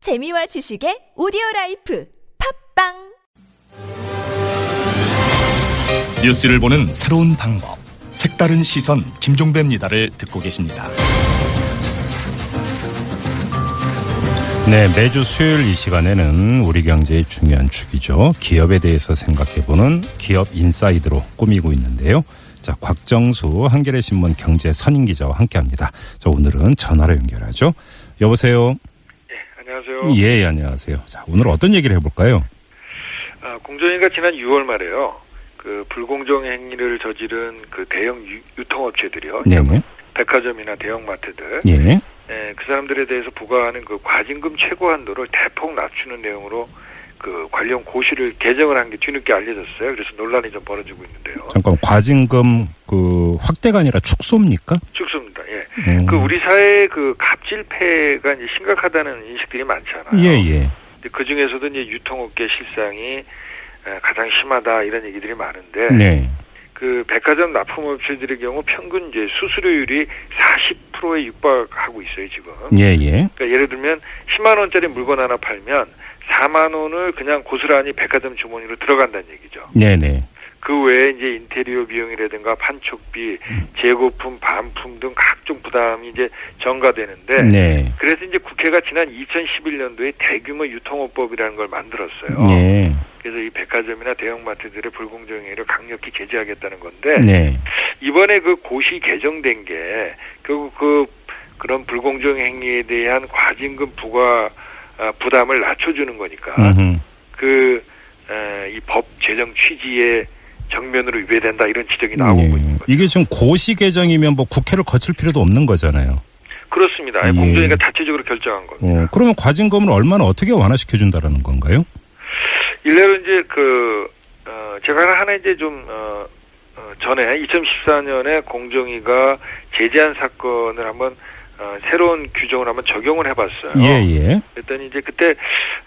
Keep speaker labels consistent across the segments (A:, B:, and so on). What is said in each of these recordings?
A: 재미와 지식의 오디오 라이프 팝빵
B: 뉴스를 보는 새로운 방법, 색다른 시선 김종배입니다를 듣고 계십니다.
C: 네, 매주 수요일 이 시간에는 우리 경제의 중요한 축이죠. 기업에 대해서 생각해보는 기업 인사이드로 꾸미고 있는데요. 자, 곽정수 한겨레 신문 경제 선임 기자와 함께합니다. 자, 오늘은 전화로 연결하죠. 여보세요.
D: 네, 안녕하세요.
C: 예, 예, 안녕하세요. 자, 오늘 어떤 얘기를 해볼까요?
D: 아, 공정위가 지난 6월 말에요. 그 불공정 행위를 저지른 그 대형 유, 통업체들이요
C: 네,
D: 백화점이나 대형마트들.
C: 예,
D: 예, 그 사람들에 대해서 부과하는 그 과징금 최고 한도를 대폭 낮추는 내용으로 그 관련 고시를 개정을 한 게 뒤늦게 알려졌어요. 그래서 논란이 좀 벌어지고 있는데요.
C: 잠깐 과징금 그 확대가 아니라 축소입니까?
D: 죽습니다. 예.
C: 음.
D: 그 우리 사회의 그 갑질패가 이제 심각하다는 인식들이 많잖아요.
C: 예, 예,
D: 그 중에서도 이제 유통업계 실상이 에, 가장 심하다 이런 얘기들이 많은데
C: 네,
D: 그 백화점 납품업체들의 경우 평균 이제 수수료율이 40%에 육박하고 있어요 지금.
C: 예, 예,
D: 그러니까 예를 들면 10만 원짜리 물건 하나 팔면 4만 원을 그냥 고스란히 백화점 주머니로 들어간다는 얘기죠.
C: 네, 네,
D: 그 외에 이제 인테리어 비용이라든가 판촉비,
C: 음.
D: 재고품, 반품 등 각종 부담이 이제 전가되는데.
C: 네,
D: 그래서 이제 국회가 지난 2011년도에 대규모 유통업법이라는 걸 만들었어요.
C: 예,
D: 그래서 이 백화점이나 대형마트들의 불공정 행위를 강력히 제재하겠다는 건데
C: 네,
D: 이번에 그 고시 개정된 게 결국 그 그런 불공정 행위에 대한 과징금 부과 아, 부담을 낮춰주는 거니까
C: 음,
D: 그 이 법 제정 취지에 정면으로 위배된다 이런 지적이 나오고
C: 예.
D: 있는 거죠.
C: 이게 지금 고시 개정이면 뭐 국회를 거칠 필요도 없는 거잖아요.
D: 그렇습니다.
C: 예.
D: 공정위가 자체적으로 결정한 겁니다.
C: 어, 그러면 과징금을 얼마나 어떻게 완화시켜 준다라는 건가요?
D: 일례로 이제 그, 어, 제가 하나 이제 좀, 어, 어, 전에 2014년에 공정위가 제재한 사건을 한번 어, 새로운 규정을 한번 적용을 해봤어요.
C: 예, 예.
D: 그랬더니 이제 그때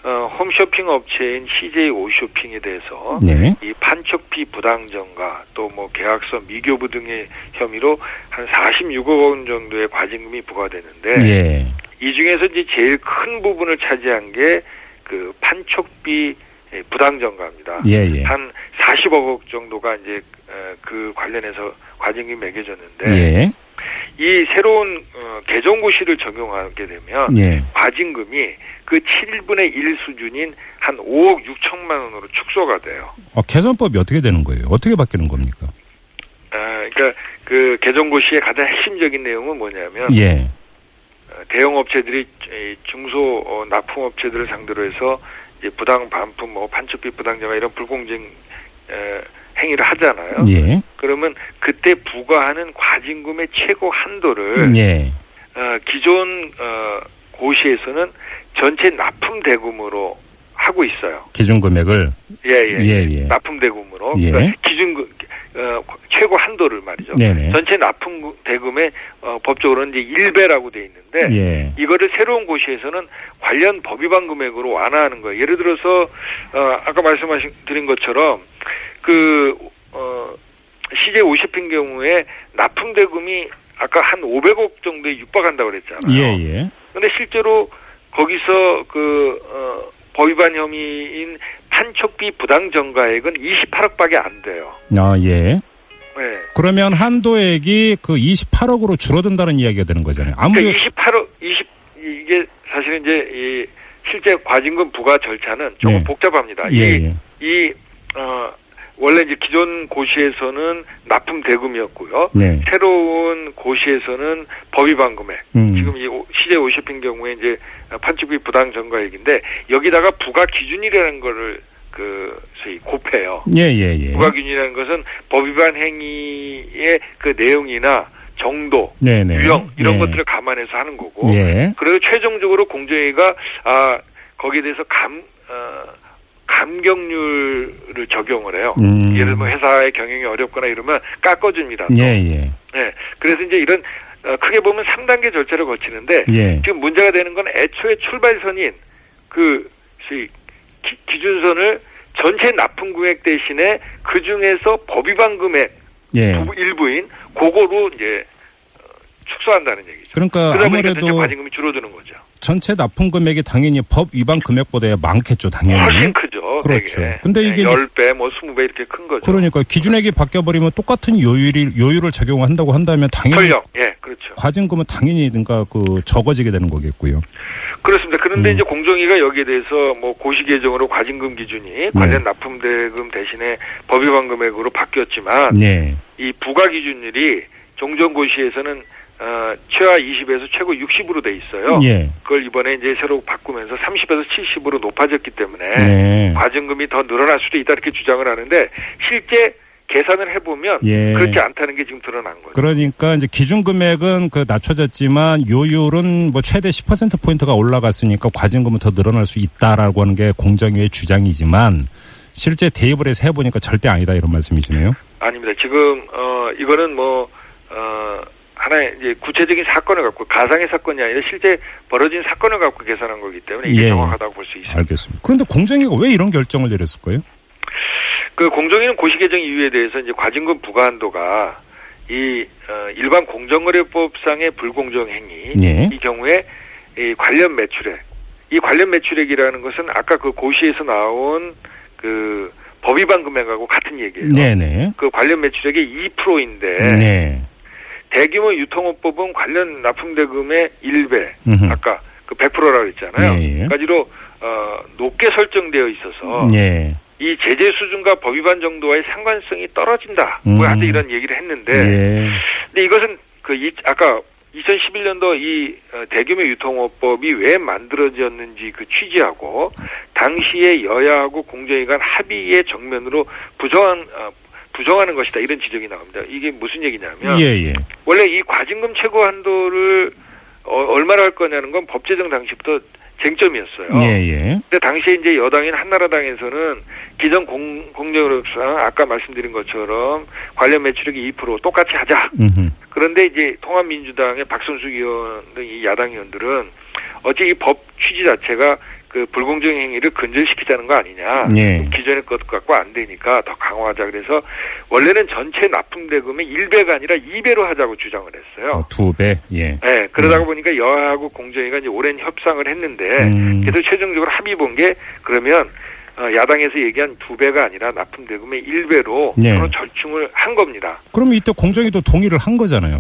D: 어, 홈쇼핑 업체인 CJ 오쇼핑에 대해서
C: 네.
D: 이 판촉비 부당정가 또 뭐 계약서 미교부 등의 혐의로 한 46억 원 정도의 과징금이 부과되는데
C: 예.
D: 이 중에서 이제 제일 큰 부분을 차지한 게 그 판촉비 예, 부당정가입니다.
C: 예, 예.
D: 한 40억 원 정도가 이제 어, 그 관련해서 과징금이 매겨졌는데
C: 예.
D: 이 새로운 어, 개정고시를 적용하게 되면
C: 예.
D: 과징금이 그 7분의 1 수준인 한 5억 6천만 원으로 축소가 돼요.
C: 아, 개선법이 어떻게 되는 거예요? 어떻게 바뀌는 겁니까?
D: 아, 그러니까 그 개정고시의 가장 핵심적인 내용은 뭐냐면
C: 예.
D: 어, 대형 업체들이 이 중소 어, 납품 업체들을 상대로 해서 이제 부당 반품, 뭐 판촉비 부당정화 이런 불공정 에, 행위를 하잖아요.
C: 예.
D: 그러면 그때 부과하는 과징금의 최고 한도를
C: 예.
D: 어, 기존 어, 고시에서는 전체 납품 대금으로 하고 있어요.
C: 기준 금액을
D: 예예.
C: 예, 예.
D: 납품 대금으로
C: 예.
D: 그러니까 기준 그- 어, 최고 한도를 말이죠.
C: 네, 네.
D: 전체 납품 대금의 어, 법적으로는 이제 1배라고 돼 있는데
C: 예.
D: 이거를 새로운 고시에서는 관련 법 위반 금액으로 완화하는 거예요. 예를 들어서 어, 아까 말씀하신 드린 것처럼 그 어, CJ 오쇼핑 경우에 납품 대금이 아까 한 500억 정도에 육박한다고
C: 예,
D: 그랬잖아요.
C: 예.
D: 근데 실제로 거기서 그 어, 법위반 혐의인 판촉비 부당 정가액은 28억밖에 안 돼요.
C: 아, 예.
D: 네.
C: 그러면 한도액이 그 28억으로 줄어든다는 이야기가 되는 거잖아요. 아무리
D: 그러니까 28억 20 이게 사실은 이제 이 실제 과징금 부과 절차는 조금
C: 네.
D: 복잡합니다.
C: 예,
D: 이,
C: 예.
D: 이 어, 원래 이제 기존 고시에서는 납품 대금이었고요.
C: 네.
D: 새로운 고시에서는 법위반 금액.
C: 음.
D: 지금 이 오- 시제 오쇼핑 경우에 이제 판촉비 부당 전가액인데 여기다가 부가 기준이라는 거를 그 소위 곱해요.
C: 예, 예, 예.
D: 부가 기준이라는 것은 법위반 행위의 그 내용이나 정도,
C: 네, 네.
D: 유형 이런
C: 예.
D: 것들을 감안해서 하는 거고.
C: 예.
D: 그리고 최종적으로 공정위가 아 거기에 대해서 감 어, 감경률을 적용을 해요.
C: 음.
D: 예를 들면 회사의 경영이 어렵거나 이러면 깎아줍니다.
C: 예, 예.
D: 예. 그래서 이제 이런 어, 크게 보면 3단계 절차를 거치는데
C: 예.
D: 지금 문제가 되는 건 애초에 출발선인 그 소위 기- 기준선을 전체 납품 금액 대신에 그 중에서 법위반 금액
C: 예.
D: 부- 일부인 그거로 이제 어, 축소한다는 얘기죠.
C: 그러니까
D: 그러다 보니까 전체
C: 아무래도
D: 과징금이 줄어드는 거죠.
C: 전체 납품 금액이 당연히 법 위반 금액보다 많겠죠, 당연히.
D: 훨씬 크죠.
C: 예. 그렇죠.
D: 되게.
C: 근데 이게 이제-
D: 10배, 뭐 20배 이렇게 큰 거죠.
C: 그러니까 기준액이 바뀌어 버리면 똑같은 요율이 요율을 적용한다고 한다면 당연히
D: 설령. 예, 그렇죠.
C: 과징금은 당연히 그러니까 그 적어지게 되는 거겠고요.
D: 그렇습니다. 그런데
C: 음.
D: 이제 공정위가 여기에 대해서 뭐 고시 개정으로 과징금 기준이
C: 네.
D: 관련 납품 대금 대신에 법위반 금액으로 바뀌었지만
C: 네.
D: 이 부가 기준율이 종전 고시에서는 어, 최하 20에서 최고 60으로 돼 있어요.
C: 예.
D: 그걸 이번에 이제 새로 바꾸면서 30에서 70으로 높아졌기 때문에 예,
C: 네.
D: 과징금이 더 늘어날 수도 있다 이렇게 주장을 하는데 실제 계산을 해보면
C: 예.
D: 그렇지 않다는 게 지금 드러난 거죠.
C: 그러니까 이제 기준 금액은 그 낮춰졌지만 요율은 뭐 최대 10% 포인트가 올라갔으니까 과징금은 더 늘어날 수 있다라고 하는 게 공정위의 주장이지만 실제 대입을 해서 해보니까 절대 아니다 이런 말씀이시네요.
D: 아닙니다. 지금 어 이거는 뭐 어, 하나의 이제 구체적인 사건을 갖고 가상의 사건이 아니라 실제 벌어진 사건을 갖고 계산한 거기 때문에 이게
C: 예.
D: 정확하다고 볼 수 있습니다.
C: 알겠습니다. 그런데 공정위가 왜 이런 결정을 내렸을까요?
D: 그 공정위는 고시 개정 이유에 대해서 이제 과징금 부과 한도가 이 어, 일반 공정거래법상의 불공정 행위
C: 예.
D: 이 경우에 이 관련 매출액 이 관련 매출액이라는 것은 아까 그 고시에서 나온 그 법위반 금액하고 같은 얘기예요.
C: 네네.
D: 그 관련 매출액이 2%인데
C: 네.
D: 대규모 유통업법은 관련 납품 대금의 1배,
C: 음흠.
D: 아까 그 100%라고 했잖아요.
C: 예, 예.
D: 까지로 어, 높게 설정되어 있어서
C: 예.
D: 이 제재 수준과 법 위반 정도와의 상관성이 떨어진다.
C: 음.
D: 뭐 한테 이런 얘기를 했는데,
C: 예.
D: 근데 이것은 그 이, 아까 2011년도 이 어, 대규모 유통업법이 왜 만들어졌는지 그 취지하고 당시에 여야하고 공정위간 합의의 정면으로 부정한 어, 부정하는 것이다 이런 지적이 나옵니다. 이게 무슨 얘기냐면
C: 예, 예.
D: 원래 이 과징금 최고 한도를 어, 얼마로 할 거냐는 건 법제정 당시부터 쟁점이었어요.
C: 예, 예.
D: 근데 당시에 이제 여당인 한나라당에서는 기존 공, 공정력상 아까 말씀드린 것처럼 관련 매출액이 2% 똑같이 하자.
C: 음흠.
D: 그런데 이제 통합민주당의 박선수 의원 등 이 야당 의원들은 어째 이 법 취지 자체가 그 불공정 행위를 근절시키자는 거 아니냐.
C: 예.
D: 기존의 것 갖고 안 되니까 더 강화하자. 그래서 원래는 전체 납품 대금의 1배가 아니라 2배로 하자고 주장을 했어요.
C: 어, 두 배. 예.
D: 예, 그러다가 보니까 여하하고 공정위가 이제 오랜 협상을 했는데,
C: 음.
D: 그래도 최종적으로 합의 본 게, 그러면, 어, 야당에서 얘기한 두 배가 아니라 납품 대금의 일배로
C: 네.
D: 서로 절충을 한 겁니다.
C: 그럼 이때 공정위도 동의를 한 거잖아요.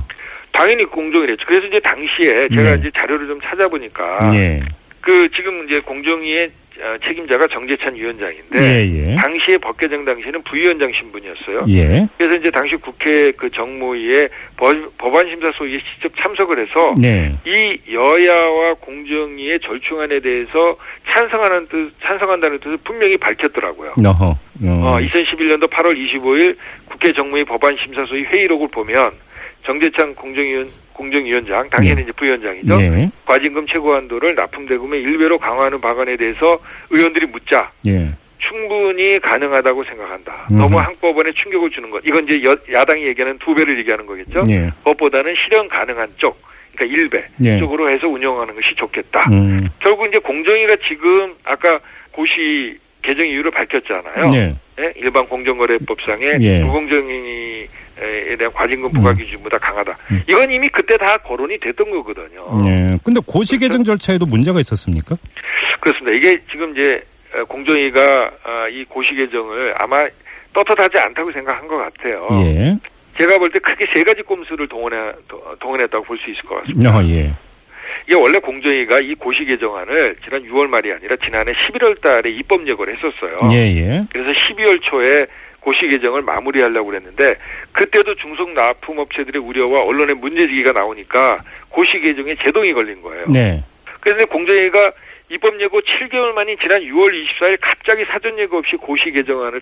D: 당연히 공정위랬죠. 그래서 이제 당시에 제가
C: 네.
D: 이제 자료를 좀 찾아보니까,
C: 예.
D: 그 지금 이제 공정위의 어, 책임자가 정재찬 위원장인데,
C: 예, 예.
D: 당시에 법개정 당시에는 부위원장 아, 신분이었어요.
C: 예.
D: 그래서 이제 당시 국회 그 정무위에 법- 법안심사 소위에 직접 참석을 해서
C: 네.
D: 이 여야와 공정위의 절충안에 대해서 찬성하는 뜻, 찬성한다는 뜻을 분명히 밝혔더라고요.
C: 어허.
D: 어,
C: 어.
D: 2011년도 8월 25일 국회 정무위 법안심사소위 회의록을 보면 정재창 공정위원, 공정위원장, 당연히 이제 부위원장이죠.
C: 예.
D: 과징금 최고한도를 납품대금의 1배로 강화하는 방안에 대해서 의원들이 묻자
C: 예.
D: 충분히 가능하다고 생각한다.
C: 음.
D: 너무 한꺼번에 충격을 주는 것. 이건 이제 여- 야당이 얘기하는 두 배를 얘기하는 거겠죠.
C: 예.
D: 그것보다는 실현 가능한 쪽, 그러니까 일배
C: 예.
D: 쪽으로 해서 운영하는 것이 좋겠다.
C: 음.
D: 결국 이제 공정위가 지금 아까 고시 개정 이유를 밝혔잖아요.
C: 예.
D: 예, 일반 공정거래법상의
C: 예.
D: 불공정행위에 대한 과징금 부과
C: 음.
D: 기준보다 강하다.
C: 음.
D: 이건 이미 그때 다 거론이 됐던 거거든요.
C: 예. 근데
D: 그렇죠?
C: 고시 개정 절차에도 문제가 있었습니까?
D: 그렇습니다. 이게 지금 이제 어, 공정위가 아, 이 고시 개정을 아마 떳떳하지 않다고 생각한 것 같아요.
C: 예.
D: 제가 볼 때 크게 세 가지 꼼수를 동원해, 도- 동원했다고 볼 수 있을 것 같습니다.
C: 어, 예.
D: 이게 원래 공정위가 이 고시 개정안을 지난 6월 말이 아니라 지난해 11월 달에 입법 예고를 했었어요.
C: 예, 예.
D: 그래서 12월 초에 고시 개정을 마무리하려고 그랬는데 그때도 중소 납품업체들의 우려와 언론의 문제제기가 나오니까 고시 개정에 제동이 걸린 거예요.
C: 네.
D: 그런데 공정위가 입법 예고 7개월 만인 지난 6월 24일 갑자기 사전 예고 없이 고시 개정안을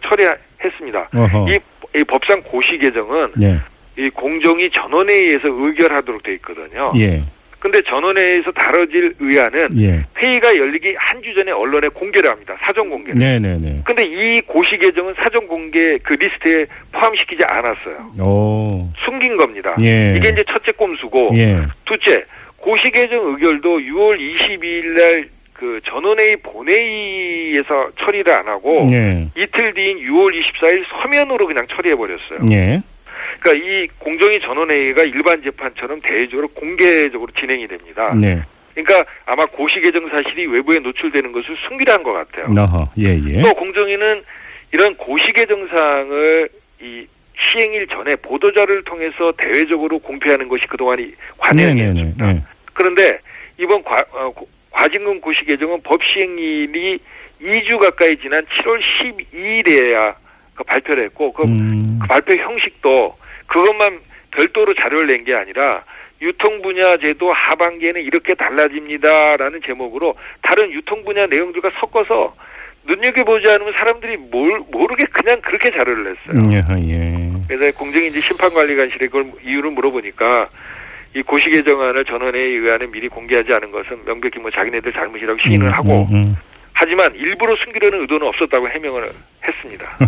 D: 처리했습니다.
C: 어허.
D: 이, 이 법상 고시 개정은
C: 예.
D: 이 공정위 전원에 의해서 의결하도록 돼 있거든요.
C: 예.
D: 근데 전원회의에서 다뤄질 의안은
C: 예.
D: 회의가 열리기 한 주 전에 언론에 공개를 합니다. 사전 공개를.
C: 네, 네, 네.
D: 근데 이 고시 개정은 사전 공개 그 리스트에 포함시키지 않았어요.
C: 오.
D: 숨긴 겁니다.
C: 예.
D: 이게 이제 첫째 꼼수고
C: 예.
D: 둘째 고시 개정 의결도 6월 22일 날 그 전원회의 본회의에서 처리를 안 하고
C: 예.
D: 이틀 뒤인 6월 24일 서면으로 그냥 처리해 버렸어요.
C: 예.
D: 그러니까 이 공정위 전원회의가 일반 재판처럼 대외적으로 공개적으로 진행이 됩니다.
C: 네.
D: 그러니까 아마 고시 개정 사실이 외부에 노출되는 것을 숨기한 것 같아요.
C: 어허. 예, 예.
D: 또 공정위는 이런 고시 개정 사항을 이 시행일 전에 보도자를 통해서 대외적으로 공표하는 것이 그동안이 관행이었습니다.
C: 네.
D: 그런데 이번 과, 어, 고- 과징금 고시 개정은 법 시행일이 2주 가까이 지난 7월 12일에야 발표를 했고 그,
C: 음.
D: 그 발표 형식도 그것만 별도로 자료를 낸 게 아니라 유통 분야 제도 하반기에는 이렇게 달라집니다라는 제목으로 다른 유통 분야 내용들과 섞어서 눈여겨보지 않으면 사람들이 몰, 모르게 그냥 그렇게 자료를 냈어요.
C: 음, 예, 예.
D: 그래서 공정인지 심판관리관실에 그걸 이유를 물어보니까 이 고시 개정안을 전원회의 의안에 미리 공개하지 않은 것은 명백히 뭐 자기네들 잘못이라고 시인을
C: 음,
D: 하고
C: 음, 음.
D: 하지만 일부러 숨기려는 의도는 없었다고 해명을 했습니다.
C: 음.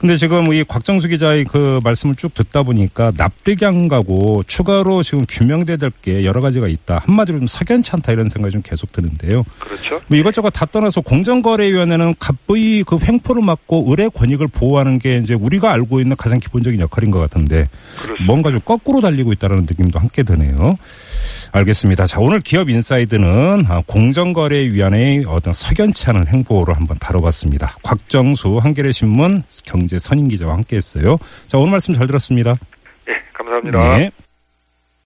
C: 근데 지금 이 곽정수 기자의 그 말씀을 쭉 듣다 보니까 납득양가고 추가로 지금 규명돼야 될 게 여러 가지가 있다. 한마디로 좀 석연치 않다 이런 생각이 좀 계속 드는데요.
D: 그렇죠?
C: 뭐 이것저것 다 떠나서 공정거래위원회는 갑부의 그 횡포를 막고 의뢰 권익을 보호하는 게 이제 우리가 알고 있는 가장 기본적인 역할인 것 같은데
D: 그렇습니다.
C: 뭔가 좀 거꾸로 달리고 있다는 느낌도 함께 드네요. 알겠습니다. 자, 오늘 기업 인사이드는 아, 공정거래위원회의 어떤 석연치 않은 행보를 한번 다뤄봤습니다. 곽정수 한겨레신문 경제선임기자와 함께 했어요. 자, 오늘 말씀 잘 들었습니다.
D: 예, 감사합니다.
C: 네.